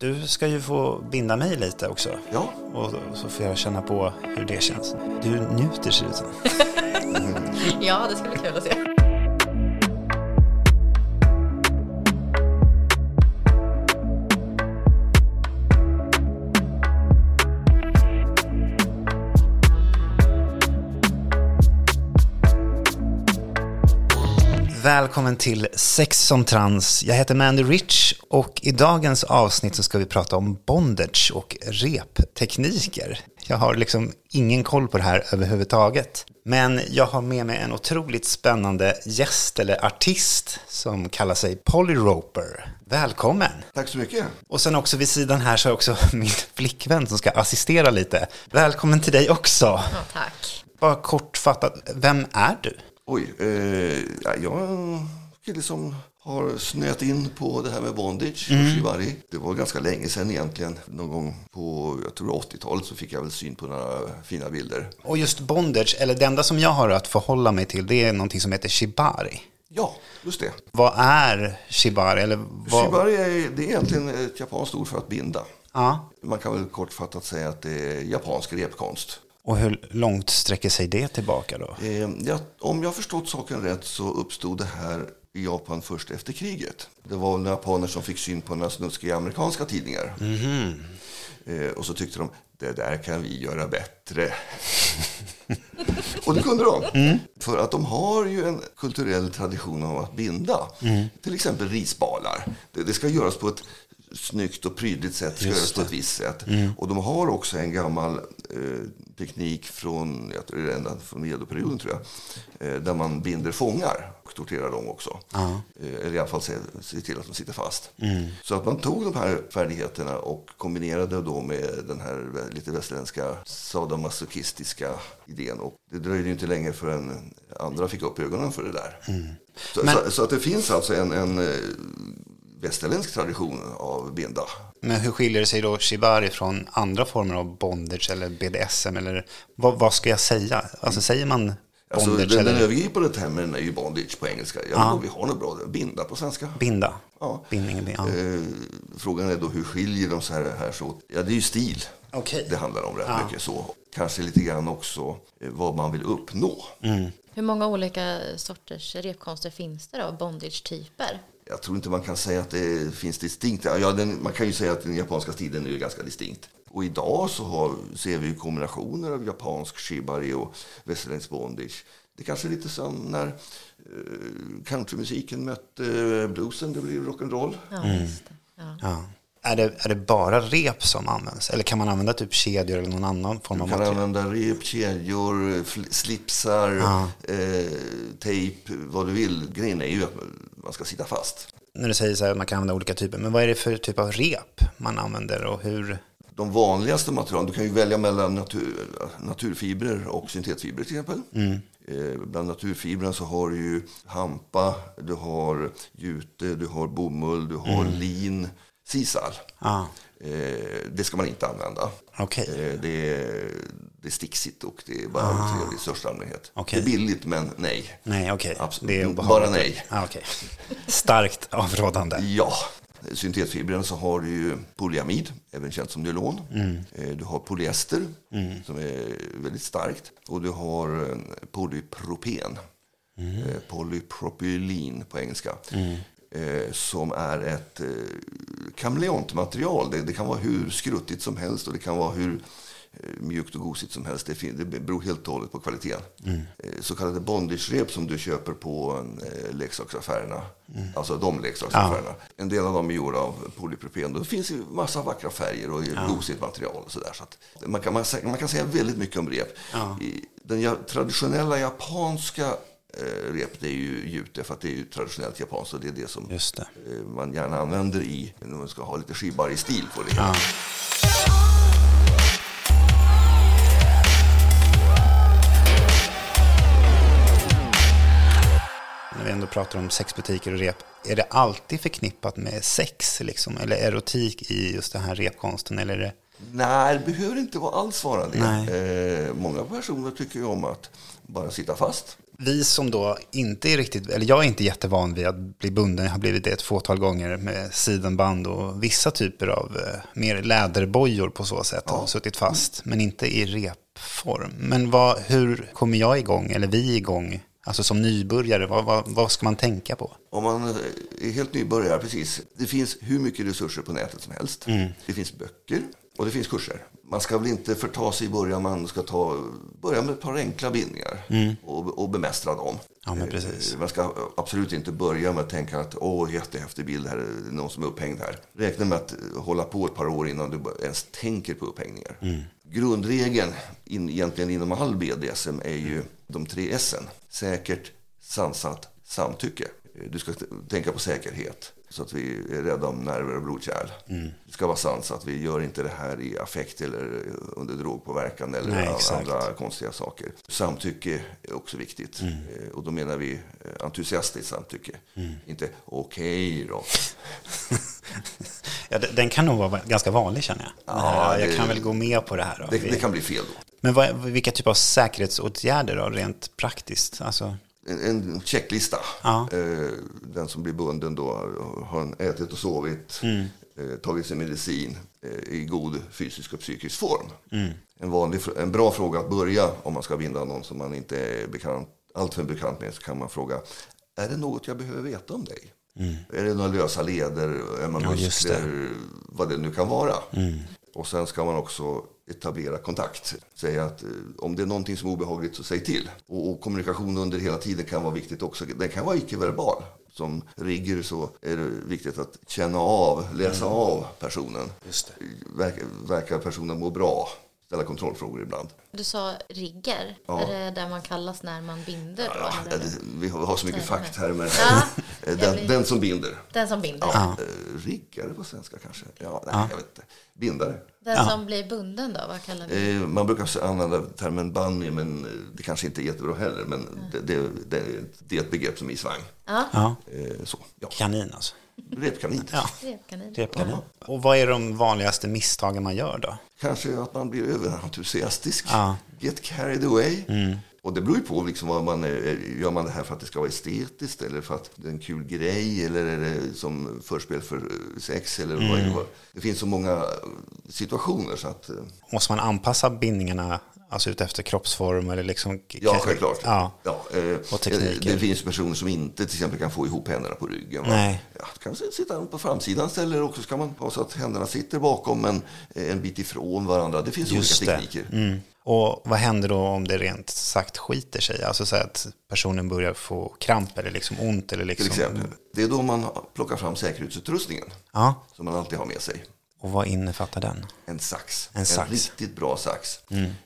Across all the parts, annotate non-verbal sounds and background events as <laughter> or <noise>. Du ska ju få binda mig lite också. Ja. Och så får jag känna på hur det känns. Du njuter ser det ut som. Ja, det ska bli kul att se. Välkommen till Sex som trans. Jag heter Mandy Rich och i dagens avsnitt så ska vi prata om bondage och reptekniker. Jag har liksom ingen koll på det här överhuvudtaget. Men jag har med mig en otroligt spännande gäst eller artist som kallar sig Polly Roper. Välkommen! Tack så mycket. Och sen också vid sidan här så är också <laughs> min flickvän som ska assistera lite. Välkommen till dig också! Ja, tack. Bara kortfattat, vem är du? Oj, eh, ja, jag är en kille som har snöat in på det här med bondage och shibari. Det var ganska länge sedan egentligen. Någon gång på, jag tror 80-talet så fick jag väl syn på några fina bilder. Och just bondage, eller det enda som jag har att förhålla mig till, det är någonting som heter shibari. Ja, just det. Vad är shibari? Eller vad... Shibari är, det är egentligen ett japanskt ord för att binda. Ja. Man kan väl kortfattat säga att det är japansk repkonst. Och hur långt sträcker sig det tillbaka då? Eh, ja, om jag har förstått saken rätt så uppstod det här i Japan först efter kriget. Det var väl några japaner som fick syn på några snuskiga amerikanska tidningar. Eh, och så tyckte de, det där kan vi göra bättre. och det kunde de. För att de har ju en kulturell tradition av att binda. Till exempel risbalar. Det, det ska göras på ett snyggt och prydligt sätt, ska göras på ett visst sätt. Och de har också en gammal eh, teknik från, jag tror det är ända från medelperioden tror jag, eh, där man binder fångar och torterar dem också. Eh, eller i alla fall ser, ser till att de sitter fast. Mm. Så att man tog de här färdigheterna och kombinerade då med den här lite västerländska sadomasochistiska idén. Och det dröjde ju inte länge förrän andra fick upp ögonen för det där. Så, Mm. Men- så, så att det finns alltså en, en eh, västerländsk tradition av binda. Men hur skiljer det sig då shibari från andra former av bondage eller BDSM? Eller vad, vad ska jag säga? Alltså säger man Alltså, bondage den, den eller övergripande termen är ju bondage på engelska. Jag vet inte om vi har något bra binda på svenska. binda? Ja. Bindning, bin- ja. Eh, frågan är då hur skiljer de så här, här så? åt? Ja, det är ju stil. Okej. Det handlar om rätt mycket så. Kanske lite grann också eh, vad man vill uppnå. Hur många olika sorters repkonster finns det då? Bondage-typer? Jag tror inte man kan säga att det finns distinkt. Ja, den, man kan ju säga att den japanska stilen är ju ganska distinkt. Och idag så har, ser vi ju kombinationer av japansk shibari och västerländsk bondage. Det kanske är lite som när eh, countrymusiken mötte eh, bluesen, det blev rock'n'roll. Ja, just det. Ja. Ja. Är, det, är det bara rep som används? Eller kan man använda typ kedjor eller någon annan form av Man kan material? använda rep, kedjor, fl- slipsar, eh, tejp, vad du vill. Grejen är ju att man ska sitta fast. När du säger så här att man kan använda olika typer, men vad är det för typ av rep man använder och hur? De vanligaste materialen, du kan ju välja mellan natur, naturfibrer och syntetfibrer till exempel. Eh, bland naturfibrerna så har du ju hampa, du har jute, du har bomull, du har lin, sisal. Ja, Eh, det ska man inte använda. okej. Eh, det, är, det är sticksigt och det är bara otrevligt i största allmänhet. Okej. Det är billigt men nej. Nej, okej. Absolut. Det är Bara obehagligt. nej. Ja, okej. Starkt avrådande. Ja, syntetfibren så har du ju polyamid, även känt som nylon. Eh, Du har polyester, som är väldigt starkt. Och du har eh, polypropen, eh, polypropylin på engelska. eh, Som är ett eh, kameleontmaterial. Det, det kan vara hur skruttigt som helst och det kan vara hur eh, mjukt och gosigt som helst. Det, fin- det beror helt och hållet på kvaliteten. Eh, Så kallade bondage-rep som du köper på eh, leksaksaffärerna. Alltså de leksaksaffärerna. En del av dem är gjorda av polypropen. Det finns ju massa vackra färger och gosigt material och sådär. Så att man, kan, man, sä- man kan säga väldigt mycket om rep. I Den ja, traditionella japanska eh, rep det är ju jute för att det är ju traditionellt japanskt och det är det som Just det. eh, man gärna använder i när man ska ha lite skibbar i stil på det hela. När vi ändå pratar om sexbutiker och rep, är det alltid förknippat med sex liksom? Eller erotik i just den här repkonsten? Eller är det... Nej, det behöver inte vara alls vara det. Nej. Eh, många personer tycker ju om att bara sitta fast. Vi som då inte är riktigt, eller jag är inte jättevan vid att bli bunden, jag har blivit det ett fåtal gånger med sidenband och vissa typer av eh, mer läderbojor på så sätt, har suttit fast, men inte i repform. Men vad, hur kommer jag igång, eller vi igång, alltså som nybörjare, vad, vad, vad ska man tänka på? <laughs> Om man eh, är helt nybörjare, precis. Det finns hur mycket resurser på nätet som helst. Mm. Det finns böcker och det finns kurser. Man ska väl inte förta sig i början, man ska ta, börja med ett par enkla bindningar och, och bemästra dem. Mm. Ja, men precis. Eh, Man ska absolut inte börja med att tänka att åh, jättehäftig bild här, det är någon som är upphängd här. Räkna med att eh, hålla på ett par år innan du ens tänker på upphängningar. Mm. Grundregeln in, egentligen inom all BDSM är ju de tre S'en. Säkert, sansat, samtycke. Eh, Du ska t- tänka på säkerhet så att vi är rädda om nerver och blodkärl. Mm. Det ska vara sansat. Vi gör inte det här i affekt eller eh, under drogpåverkan eller Nej, a- exakt. andra eh, konstiga saker. Samtycke är också viktigt. Mm. Eh, Och då menar vi eh, entusiastiskt samtycke. Inte okej då. Ja, de- den kan nog vara ganska vanlig känner jag. Ja, Den här, Ja, jag det- kan väl gå med på det här. Då. Det, Vi- det kan bli fel då. Men vad, vilka typer av säkerhetsåtgärder då, rent praktiskt? Alltså, En, en checklista. Ja. Eh, Den som blir bunden då har han ätit och sovit, Mm. eh, tagit sin medicin eh, i god fysisk och psykisk form. Mm. En, vanlig, fr- en bra fråga att börja om man ska binda någon som man inte är bekant, alltför bekant med så kan man fråga är det något jag behöver veta om dig? Mm. Är det några lösa leder? Är man Ja, just det. Mm. muskler? vad det nu kan vara. Och sen ska man också etablera kontakt. Säga att eh, om det är någonting som är obehagligt så säg till. Och, och kommunikation under hela tiden kan vara viktigt också. Den kan vara icke-verbal. Som rigger så är det viktigt att känna av, läsa Mm. av personen. Just Verkar, verkar personen må bra? Ställa kontrollfrågor ibland. Du sa rigger. Ja. Är det där man kallas när man binder? då, Ja, eller? det- vi har, har så mycket Nej, fakttermer Ja. här. Den, den som binder. Den som binder. Ja. eh, Riggare på svenska kanske? Ja, nej, jag vet inte. Bindare. Den som blir bunden då, vad kallar vi Eh, Man brukar också använda termen bunny, men eh, det kanske inte är jättebra heller. Men det, det, det, det är ett begrepp som är i svang. Ja, ja, Eh, Så, ja. kanin alltså. Repkanin. Ja, repkanin. repkanin. Och vad är de vanligaste misstagen man gör då? Kanske att man blir överentusiastisk. Ja. Mm. Get carried away. Och det beror ju på, liksom vad man, eh, gör man det här för att det ska vara estetiskt eller för att det är en kul grej eller är det som förspel för eh, sex eller vad Mm. det var. Det finns så många eh, situationer så att... eh, Måste man anpassa bindningarna alltså utefter kroppsform eller liksom? Ja, kanske- självklart. Ja, Ja, eh, Och tekniker. Det finns personer som inte till exempel kan få ihop händerna på ryggen. va? Nej. Ja, då kan man sitta på framsidan eller också ska man ha så att händerna sitter bakom men eh, en bit ifrån varandra. Det finns just olika det. tekniker. Mm. Och vad händer då om det rent sagt skiter sig? Alltså så att personen börjar få kramp eller liksom ont eller liksom? Till exempel. Det är då man plockar fram säkerhetsutrustningen Ja, som man alltid har med sig. och vad innefattar den? En sax. En sax. Mm. riktigt bra sax.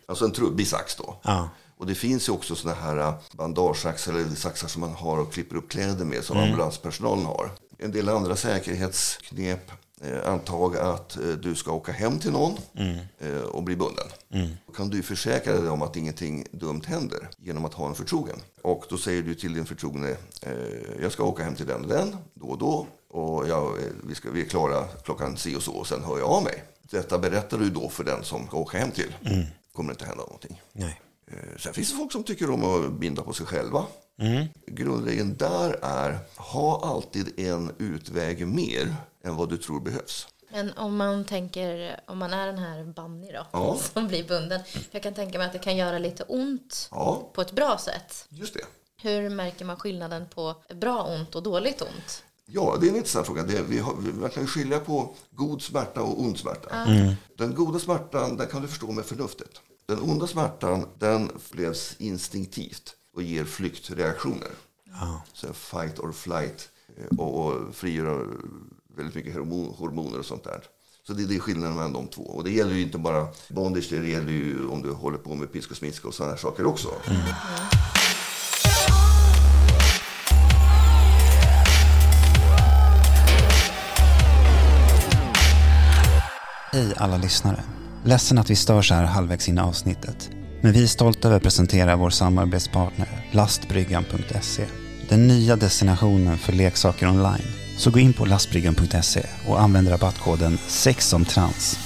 Alltså en trubbig sax då. Ja. Och det finns ju också sådana här eh, bandagesaxar eller saxar som man har och klipper upp kläder med som ambulanspersonalen har. En del andra säkerhetsknep. Eh, antag att eh, du ska åka hem till någon eh, och bli bunden. Då kan du försäkra dig om att ingenting dumt händer genom att ha en förtrogen. Och då säger du till din förtrogne, eh, jag ska åka hem till den och den, då och då. Och jag, eh, vi, ska, vi är klara klockan si och så och sen hör jag av mig. Detta berättar du då för den som ska åka hem till. Kommer inte hända någonting. Nej. Eh, Sen finns det folk som tycker om att binda på sig själva. Grundregeln där är ha alltid en utväg mer än vad du tror behövs. Men om man tänker, om man är den här Bunny då, Ja. <laughs> som blir bunden. Jag kan tänka mig att det kan göra lite ont Ja, på ett bra sätt. just det. Hur märker man skillnaden på bra ont och dåligt ont? Ja, det är en intressant fråga. Det, vi har, vi- man kan ju skilja på god smärta och ond smärta. Den goda smärtan den kan du förstå med förnuftet. Den onda smärtan den upplevs instinktivt och ger flyktreaktioner. Ja. Så fight or flight eh, och, och frigör väldigt mycket hormon, hormoner och sånt där. Så det, det är skillnaden mellan de två. Och det gäller ju inte bara bondage, det gäller ju om du håller på med pisk och smisk och sådana här saker också. Hej alla lyssnare. Ledsen att vi störs här halvvägs in i avsnittet. Men vi är stolta över att presentera vår samarbetspartner lastbryggan.se. Den nya destinationen för leksaker online. Så gå in på lastbryggan.se och använd rabattkoden sexomtrans.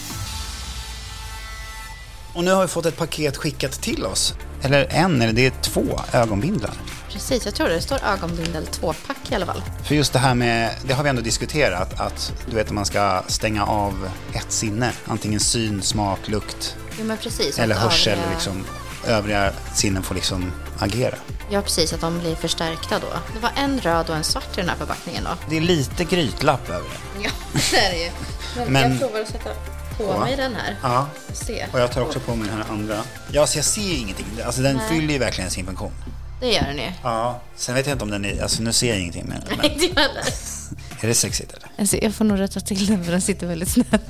Och nu har vi fått ett paket skickat till oss. Eller en, eller det är två ögonbindlar. Precis, jag tror det. Det står ögonbindel tvåpack i alla fall. För just det här med, det har vi ändå diskuterat, att du vet att man ska stänga av ett sinne, antingen syn, smak, lukt Jo, men precis. eller att eh, hörsel. Typ övriga- Liksom, övriga sinnen får liksom agera. Ja, precis. Att de blir förstärkta då. Det var en röd och en svart i den här förpackningen då. <laughs> Det är lite grytlapp över det. Ja, det är det ju. Men, Men- jag provar att sätta på Ja. mig den här. Ja, Se. och jag tar också på mig den här andra. Ja, så jag ser ingenting. Alltså den fyller ju verkligen sin funktion. Det gör den ju. Ja, sen vet jag inte om den är, alltså nu ser jag ingenting med den. Men <laughs> Inte jag heller. är det sexigt eller? Alltså, jag får nog rätta till den för den sitter väldigt snett.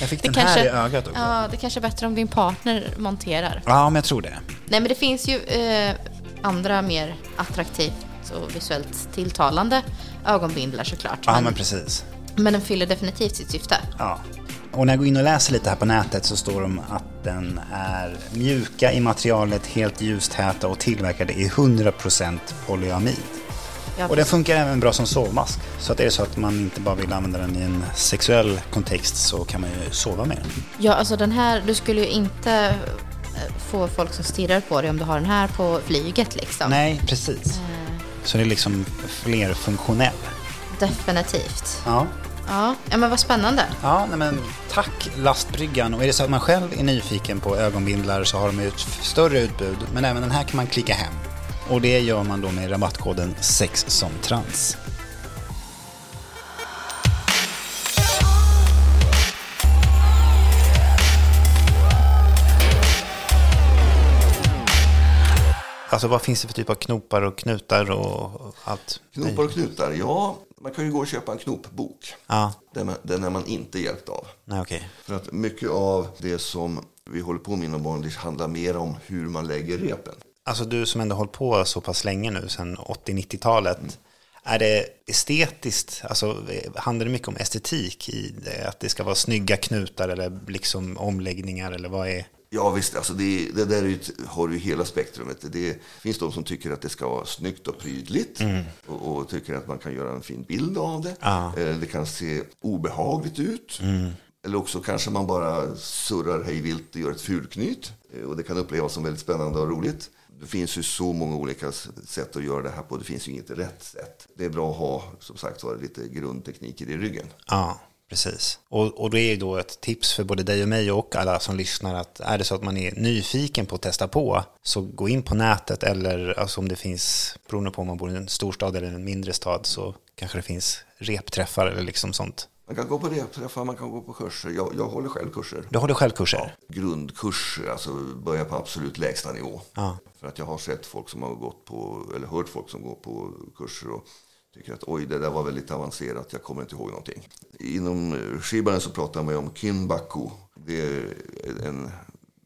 Jag fick Det den kanske- här i ögat också. Ja. Ja, det kanske är bättre om din partner monterar. men jag tror det. Nej, men det finns ju eh, andra mer attraktivt och visuellt tilltalande ögonbindlar såklart. Ja, men, men precis. men den fyller definitivt sitt syfte. Ja. Och när jag går in och läser lite här på nätet så står de att den är mjuka i materialet, helt ljustäta och tillverkade i 100% polyamid. Ja, Och den funkar även bra som sovmask. Så att är det så att man inte bara vill använda den i en sexuell kontext så kan man ju sova med den. Ja, alltså den här, du skulle ju inte eh, få folk som stirrar på dig om du har den här på flyget liksom. Nej, precis. Så det är liksom flerfunktionell. Definitivt. Ja. Ja. ja, men vad spännande. Ja, nej men tack lastbryggan. Och är det så att man själv är nyfiken på ögonbindlar så har de ju ett f- större utbud. Men även den här kan man klicka hem. Och det gör man då med rabattkoden sex som trans. Alltså vad finns det för typ av knopar och knutar och allt? Knopar och knutar, ja. Man kan ju gå och köpa en knopbok. Ja, Den är, den är man inte hjälpt av. nej okej. För att mycket av det som vi håller på med inom Bondage handlar mer om hur man lägger repen. Alltså du som ändå hållit på så pass länge nu, sedan 80-90-talet, är det estetiskt, alltså eh, handlar det mycket om estetik i det? Att det ska vara snygga knutar eller liksom omläggningar eller vad är? Ja visst, alltså det, det där är ju, ett- har ju hela spektrumet. Det finns de som tycker att det ska vara snyggt och prydligt och, och tycker att man kan göra en fin bild av det. Ja. Eller det kan se obehagligt ut. Eller också kanske man bara surrar hejvilt och gör ett fulknyt. Eh, Och det kan upplevas som väldigt spännande och roligt. Det finns ju så många olika s- sätt att göra det här på. Det finns ju inget rätt sätt. Det är bra att ha, som sagt var, lite grundtekniker i ryggen. Ja, precis. Och, och det är ju då ett tips för både dig och mig och alla som lyssnar att är det så att man är nyfiken på att testa på så gå in på nätet eller alltså om det finns, beroende på om man bor i en storstad eller en mindre stad så kanske det finns repträffar eller liksom sånt. Man kan gå på repträffar, man kan gå på kurser. Jag, jag håller själv kurser. Du håller själv kurser? grundkurser, alltså börja på absolut lägsta nivå. Ja. För att jag har sett folk som har gått på, eller hört folk som går på kurser och tycker att oj, det där var väldigt avancerat, jag kommer inte ihåg någonting. Inom eh, skibanen så pratar man ju om kinbaku. Det är en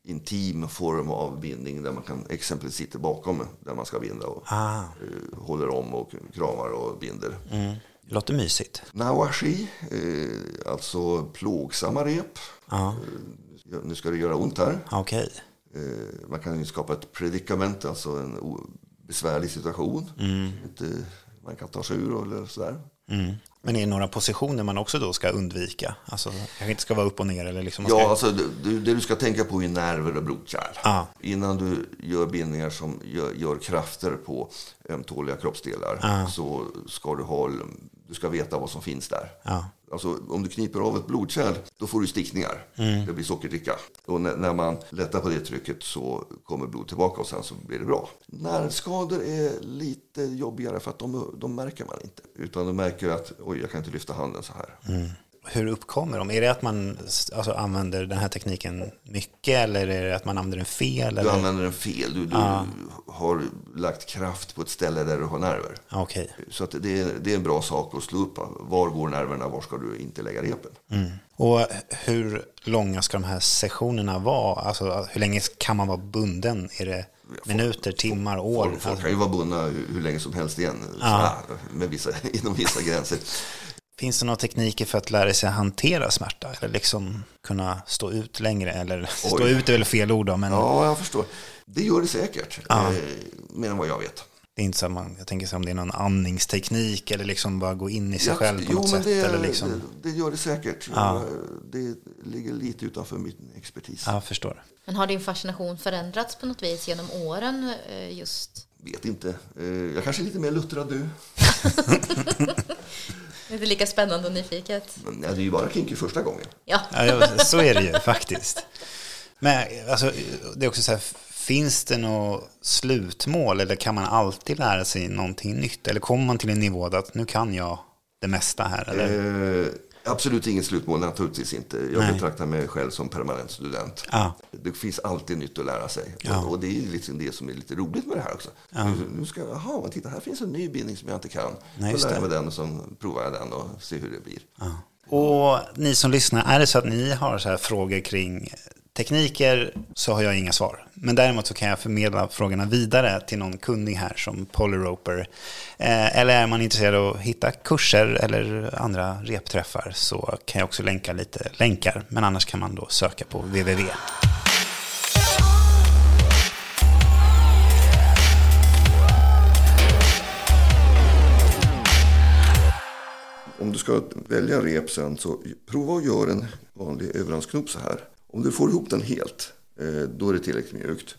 intim form av bindning där man kan exempelvis sitta bakom där man ska binda och Ah, eh, håller om och kramar och binder. låter mysigt. Nawashi, eh, alltså plågsamma rep. Ja, Ja, Nu ska det göra ont här. okej. Eh, man kan ju skapa ett predikament, alltså en o- besvärlig situation. Mm. Inte, man kan ta sig ur eller sådär. Men är det några positioner man också då ska undvika? Alltså, kanske inte ska vara upp och ner eller liksom? man ska- Ja, alltså det, det- det du ska tänka på är nerver och blodkärl. Ja. Innan du gör bindningar som gör, gör krafter på ömtåliga kroppsdelar så ska du, ha, du ska veta vad som finns där. ja. Alltså, om du kniper av ett blodkärl, då får du stickningar. Det blir sockerdricka. Och när, när man lättar på det trycket så kommer blod tillbaka och sen så blir det bra. Nervskador är lite jobbigare för att de, de märker man inte. Utan de märker att oj, jag kan inte lyfta handen så här. Hur uppkommer de? Är det att man alltså, använder den här tekniken mycket eller är det att man använder den fel? Du Eller? använder den fel. Du, du har lagt kraft på ett ställe där du har nerver. Okej, Så att det, är, det är en bra sak att slå upp. Var går nerverna? Var ska du inte lägga repen? och hur långa ska de här sessionerna vara? Alltså hur länge kan man vara bunden? Är det minuter, timmar, år? Alltså- Folk, folk kan ju vara bundna hur, hur länge som helst igen, så Ja. här, med vissa, <laughs> inom vissa gränser. Finns det några tekniker för att lära sig hantera smärta? Eller liksom kunna stå ut längre? Eller <laughs> stå ut är väl fel ord då, men Ja, jag förstår. Det gör det säkert, eh, mer än vad jag vet. Det är inte så att man, jag tänker så om det är någon andningsteknik eller liksom bara gå in i sig Ja, själv på jo, något men sätt. det, eller liksom. det, det gör det säkert. Ja. Det ligger lite utanför min expertis. Ja, jag förstår. Men har din fascination förändrats på något vis genom åren eh, just? Vet inte. Eh, Jag kanske är lite mer luttrad nu. Det är inte lika spännande och nyfiket. Men nej, det är ju bara kinky första gången. Ja, Ja, ja, så är det ju <laughs> faktiskt. Men alltså, det är också så här, finns det något slutmål eller kan man alltid lära sig någonting nytt? Eller kommer man till en nivå där att nu kan jag det mesta här? Eller? Eh, Absolut inget slutmål, naturligtvis inte. Jag Nej. betraktar mig själv som permanent student. Ja, Det finns alltid nytt att lära sig. Ja. Och, och det är ju liksom det som är lite roligt med det här också. Nu, nu ska jag, jaha, men titta här finns en ny bindning som jag inte kan. Nej, Då just lär jag det. mig den och så provar jag den och ser hur det blir. ja. Och ni som lyssnar, är det så att ni har så här frågor kring tekniker så har jag inga svar. Men däremot så kan jag förmedla frågorna vidare till någon kunnig här som Polyroper. Eh, eller är man intresserad av att hitta kurser eller andra repträffar så kan jag också länka lite länkar. Men annars kan man då söka på www. Om du ska välja rep sen så prova att göra en vanlig överhandsknop så här. Om du får ihop den helt, eh, då är det tillräckligt mjukt.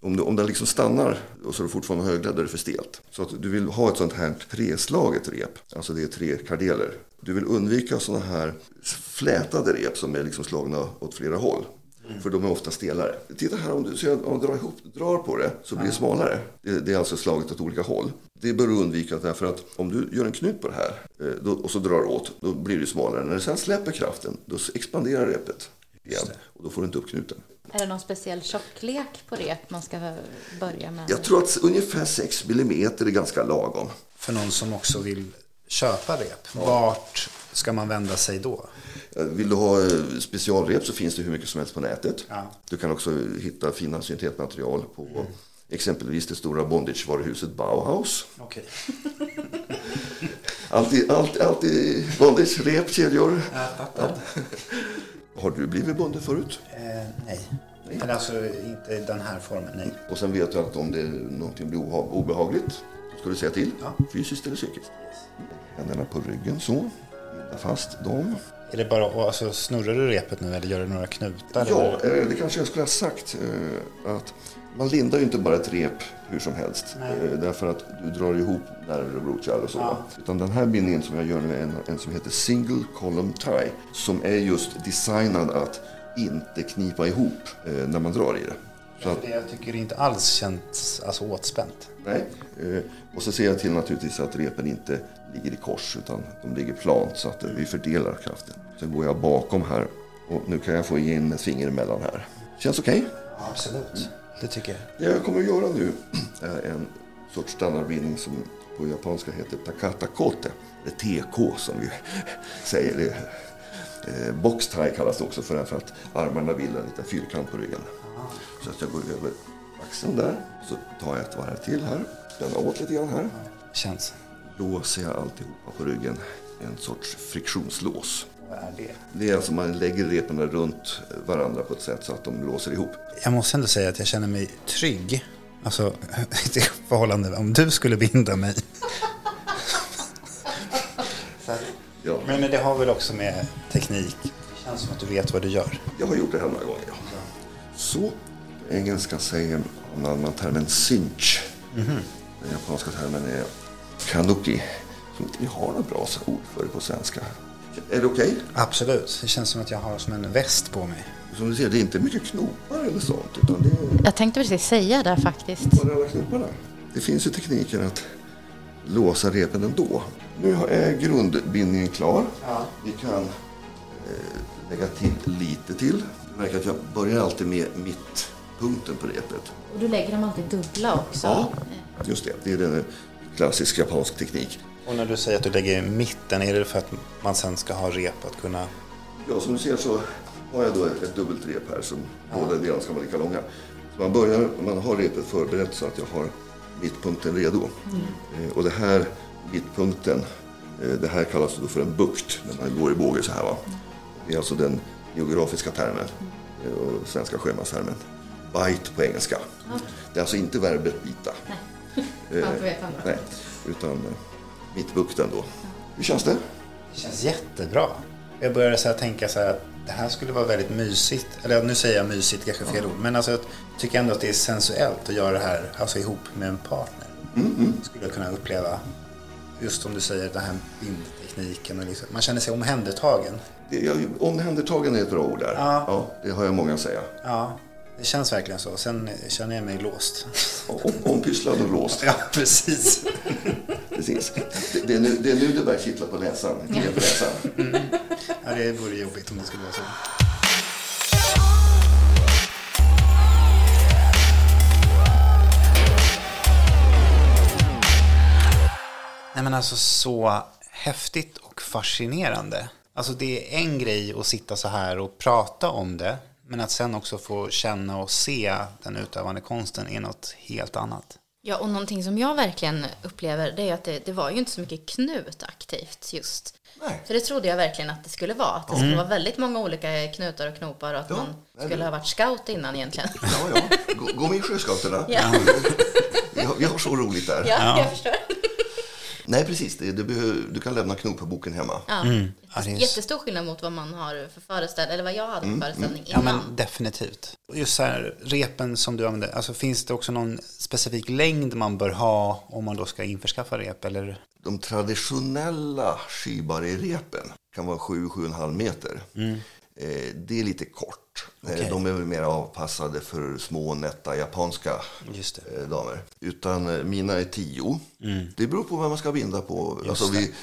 Om, du, om den liksom stannar och så är du fortfarande högledd, då är det för stelt. Så att du vill ha ett sånt här treslaget rep, alltså det är tre kardeler. Du vill undvika sådana här flätade rep som är liksom slagna åt flera håll. Mm. För de är ofta stelare. Titta här, om du, så jag, om jag drar, ihop, drar på det så blir det smalare. Det, det är alltså slaget åt olika håll. Det bör du undvika därför att om du gör en knut på det här eh, då, och så drar åt, då blir det smalare. När du sen släpper kraften, då expanderar repet igen och då får du inte upp knuten. <laughs> är det någon speciell tjocklek på rep man ska börja med? Jag tror att ungefär 6 millimeter är ganska lagom. För någon som också vill köpa rep, vart ska man vända sig då? Eh, Vill du ha eh, specialrep så finns det hur mycket som helst på nätet. Ja. Du kan också eh, hitta fina syntetmaterial på exempelvis det stora bondagevaruhuset Bauhaus. Okej. Alltid, alltid, alltid bondage, rep, kedjor. fattar. Har du blivit bunden förut? Eh, nej. Eller alltså inte i den här formen, nej. Och sen vet du att om det är någonting blir oha- obehagligt, då ska du säga till. Ja. Fysiskt eller psykiskt. Händerna på ryggen så. Binda fast dem. Är det bara, alltså snurrar du repet nu eller gör du några knutar? Ja, eller? eh, det kanske jag skulle ha sagt. eh, Att man lindar ju inte bara ett rep hur som helst. eh, Därför att du drar ihop nerver och blodkärl och så. va. Utan den här bindningen som jag gör nu är en, en som heter Single Column Tie. Som är just designad att inte knipa ihop eh, när man drar i det. Så att, För det jag tycker inte alls känns alltså, åtspänt. nej. eh, Och så ser jag till naturligtvis att repen inte ligger i kors utan de ligger plant så att eh, vi fördelar kraften. Sen går jag bakom här och nu kan jag få in ett finger emellan här. Känns okej? absolut. Mm. Det tycker jag. Det jag kommer att göra nu är en sorts standardbindning som på japanska heter Takata Kote. Eller TK som vi säger. Det. Eh, Box tie kallas det också för den för att armarna bildar en liten fyrkant på ryggen. Så att jag går över axeln där. Så tar jag ett varv till här. Spänner åt lite grann här. Känns. Låser jag alltihopa på ryggen. En sorts friktionslås. Vad är det? Det är alltså man lägger reporna runt varandra på ett sätt så att de låser ihop. Jag måste ändå säga att jag känner mig trygg. Alltså, <laughs> i förhållande om du skulle binda mig. <laughs> Så att- Ja, men, men det har väl också med teknik. Det känns som att du vet vad du gör. Jag har gjort det här några gånger. Ja. Så, på engelska säger man använder termen cinch. Den japanska termen är kanuki. Som inte vi har något bra ord för det på svenska. Är det okej? Absolut. Det känns som att jag har som en väst på mig. Som du ser, det är inte mycket knopar eller sånt. Utan det är Jag tänkte precis säga det faktiskt. bara alla knoparna. Det finns ju tekniker att låsa repen ändå. Nu har- är grundbindningen klar. Vi kan eh, lägga till lite till. Det verkar att jag börjar alltid med mittpunkten på repet. Och du lägger dem alltid dubbla också. Ja, just det. Det är den klassisk japansk teknik. Och när du säger att du lägger i mitten, är det för att man sen ska ha rep att kunna... Ja, som du ser så har jag då ett, ett dubbelt rep här som båda delarna ska vara lika långa. Så man börjar, man har repet förberett så att jag har mittpunkten redo. Eh, och det här mittpunkten, eh, det här kallas då för en bukt när man går i båge så här va. Det är alltså den geografiska termen eh, och svenska sjömanstermen. Bite på engelska. Det är alltså inte verbet bita. Man får veta ändå. Nej, utan eh, Mittbukten då. Hur känns det? Det känns jättebra. Jag började så här tänka så här att det här skulle vara väldigt mysigt. Eller nu säger jag mysigt, kanske fel ord. Men alltså, jag tycker ändå att det är sensuellt att göra det här alltså, ihop med en partner. Skulle jag kunna uppleva, just som du säger, den här bindtekniken. Och liksom, man känner sig omhändertagen. det jag, omhändertagande är ett bra ord där. Ja. det har jag många att säga. Ja, det känns verkligen så. Sen känner jag mig låst. Om, ompysslad och låst. ja, precis. Precis. Det, det, är nu, det är nu det börjar kittla på näsan. Ja. På näsan. Ja, det vore jobbigt om det skulle vara så. Nej men alltså så häftigt och fascinerande. Alltså det är en grej att sitta så här och prata om det. Men att sen också få känna och se den utövande konsten är något helt annat. Ja, och någonting som jag verkligen upplever det är att det, det var ju inte så mycket knut aktivt just. Nej. För det trodde jag verkligen att det skulle vara. Att det Mm. skulle vara väldigt många olika knutar och knopar och att Ja, man nej, skulle det- ha varit scout innan egentligen. <laughs> Ja, ja. Gå, gå med i Sjöscouterna. Ja. Vi, har, vi har så roligt där. <laughs> Ja, jag förstår. Nej, precis. Det, du, behöver, du kan lämna knopboken hemma. Ja. Ja, det är så- Jättestor skillnad mot vad man har för föreställning, eller vad jag hade för Mm, föreställning Ja innan. men definitivt. Och Just så här, repen som du använder, alltså finns det också någon specifik längd man bör ha om man då ska införskaffa rep eller? De traditionella shibari-repen kan vara 7-7,5 meter. Eh, det är lite kort. Eh, de är väl mer avpassade för små, nätta japanska Just det. eh, damer. Utan eh, mina är 10. Mm. Det beror på vad man ska binda på. alltså, vi,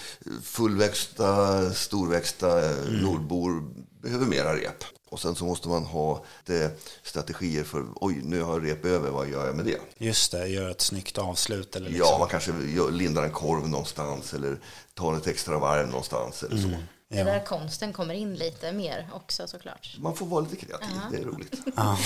fullväxta, storväxta eh, Mm. nordbor behöver mera rep. Och sen så måste man ha lite strategier för, oj, nu har jag rep över, vad gör jag med det? Just det, gör ett snyggt avslut eller liksom. Ja, man kanske gör- lindar en korv någonstans eller tar ett extra varv någonstans eller Mm. så. Det där konsten kommer in lite mer också såklart. Man får vara lite kreativ, det är roligt. Ja.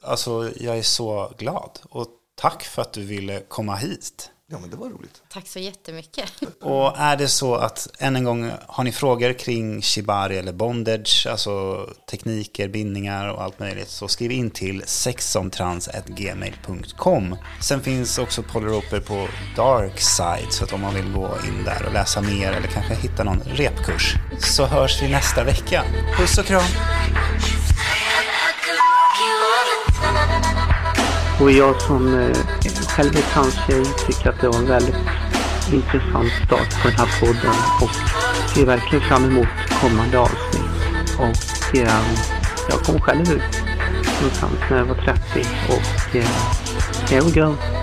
Alltså jag är så glad och tack för att du ville komma hit. Ja, men det var roligt. Tack så jättemycket. <laughs> Och är det så att, än en gång, har ni frågor kring shibari eller bondage, alltså tekniker, bindningar och allt möjligt, så skriv in till sexsomtrans.gmail.com. Sen finns också Poleroper på Darkside, så att om man vill gå in där och läsa mer eller kanske hitta någon repkurs, så hörs vi nästa vecka. Puss och kram! Och jag som eh, själv är transtjej tycker att det var en väldigt intressant start på den här podden och ser verkligen fram emot kommande avsnitt. Och eh, jag kom själv ut någonstans när jag var 30 och eh, here we go.